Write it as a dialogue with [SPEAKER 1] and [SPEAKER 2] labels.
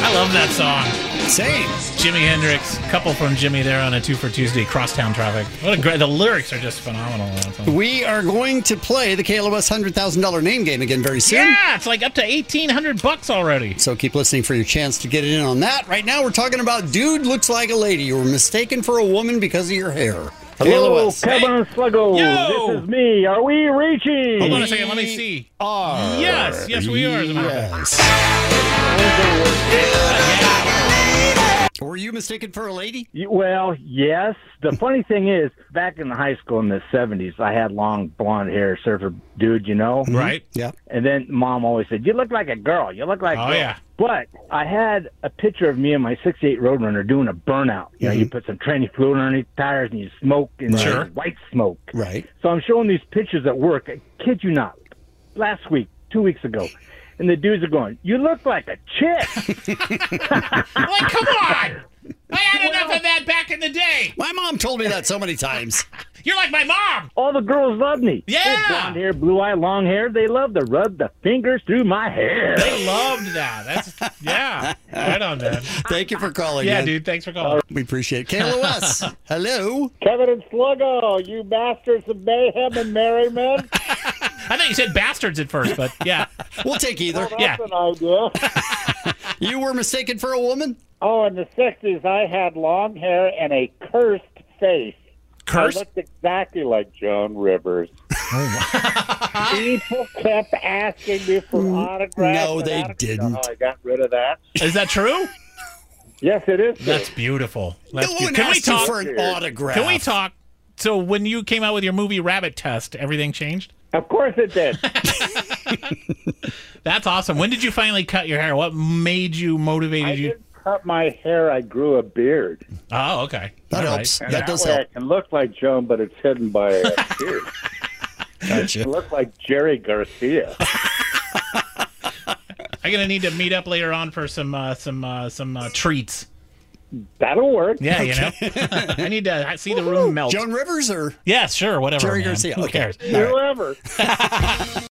[SPEAKER 1] I love that song.
[SPEAKER 2] Same.
[SPEAKER 1] Jimi Hendrix, couple from Jimmy there on a two for Tuesday crosstown traffic. What a great! The lyrics are just phenomenal. on that song.
[SPEAKER 2] We are going to play the KLOS $100,000 name game again very soon.
[SPEAKER 1] Yeah, it's like up to eighteen hundred bucks already.
[SPEAKER 2] So keep listening for your chance to get in on that. Right now, we're talking about dude looks like a lady. You were mistaken for a woman because of your hair.
[SPEAKER 3] Hello,
[SPEAKER 2] KLOS.
[SPEAKER 3] Kevin and Sluggo.
[SPEAKER 1] Yo.
[SPEAKER 3] This is me. Are we reaching?
[SPEAKER 1] Hold on a second, let me see. Yes, yes, we are. As a matter of fact.
[SPEAKER 2] Yes. Were you mistaken for a lady?
[SPEAKER 3] You- Well, yes. The funny thing is, back in high school in the 70s, I had long blonde hair, surfer dude, you know?
[SPEAKER 1] Mm-hmm. Right?
[SPEAKER 2] Yeah.
[SPEAKER 3] And then mom always said, You look like a girl. You look like a
[SPEAKER 1] Oh,
[SPEAKER 3] girl."
[SPEAKER 1] yeah.
[SPEAKER 3] But I had a picture of me and my 68 Roadrunner doing a burnout. You know, you put some tranny fluid underneath tires and you smoke and it's
[SPEAKER 1] Mm-hmm. Sure.
[SPEAKER 3] white smoke.
[SPEAKER 2] Right.
[SPEAKER 3] So I'm showing these pictures at work. I kid you not. Last week, two weeks ago. And the dudes are going, You look like a chick.
[SPEAKER 1] Like, come on! I had enough of that back in the day.
[SPEAKER 2] My mom told me that so many times.
[SPEAKER 1] You're like my mom.
[SPEAKER 3] All the girls love me. They had
[SPEAKER 1] Yeah.
[SPEAKER 3] Blonde hair, blue eye, long hair. They love to rub the fingers through my hair.
[SPEAKER 1] They loved that. That's yeah. Right on, man.
[SPEAKER 2] Thank you for calling.
[SPEAKER 1] Yeah,
[SPEAKER 2] man.
[SPEAKER 1] dude. Thanks for calling.
[SPEAKER 2] We appreciate it. KLOS. Hello.
[SPEAKER 3] Kevin and Sluggo, you bastards of mayhem and merriment.
[SPEAKER 1] I thought you said bastards at first, but yeah,
[SPEAKER 2] We'll take either.
[SPEAKER 1] yeah.
[SPEAKER 3] an idea.
[SPEAKER 2] You were mistaken for a woman?
[SPEAKER 3] Oh, in the 60s, I had long hair and a cursed face. I
[SPEAKER 1] Curse.
[SPEAKER 3] looked exactly like Joan Rivers. People kept asking me for autographs.
[SPEAKER 2] no,
[SPEAKER 3] and
[SPEAKER 2] they
[SPEAKER 3] autographs.
[SPEAKER 2] didn't.
[SPEAKER 3] Oh, I got rid of that.
[SPEAKER 1] Is that true?
[SPEAKER 3] Yes, it is.
[SPEAKER 1] That's beautiful. That's
[SPEAKER 2] No
[SPEAKER 1] beau-
[SPEAKER 2] one
[SPEAKER 1] Can we
[SPEAKER 2] asked you
[SPEAKER 1] talk?
[SPEAKER 2] for an autograph.
[SPEAKER 1] Can we talk? So when you came out with your movie Rabbit Test, everything changed.
[SPEAKER 3] Of course it did.
[SPEAKER 1] That's awesome. When did you finally cut your hair? What made you
[SPEAKER 3] I
[SPEAKER 1] motivated you?
[SPEAKER 3] didn't cut my hair. I grew a beard.
[SPEAKER 1] Oh, okay.
[SPEAKER 2] That
[SPEAKER 1] All
[SPEAKER 2] helps.
[SPEAKER 1] right.
[SPEAKER 3] And
[SPEAKER 2] That
[SPEAKER 3] that
[SPEAKER 2] does
[SPEAKER 3] way
[SPEAKER 2] help.
[SPEAKER 3] I can look like Joan, but it's hidden by a beard. I
[SPEAKER 2] Gotcha.
[SPEAKER 3] look like Jerry Garcia.
[SPEAKER 1] I'm gonna need to meet up later on for some uh, some uh, some uh, treats.
[SPEAKER 3] That'll work.
[SPEAKER 1] Yeah, you know. I need to I see the room melt.
[SPEAKER 2] Joan Rivers or
[SPEAKER 1] Yes, sure, whatever.
[SPEAKER 2] Jerry
[SPEAKER 1] man.
[SPEAKER 2] Garcia?
[SPEAKER 1] Who
[SPEAKER 2] Okay.
[SPEAKER 1] cares?
[SPEAKER 3] Whoever.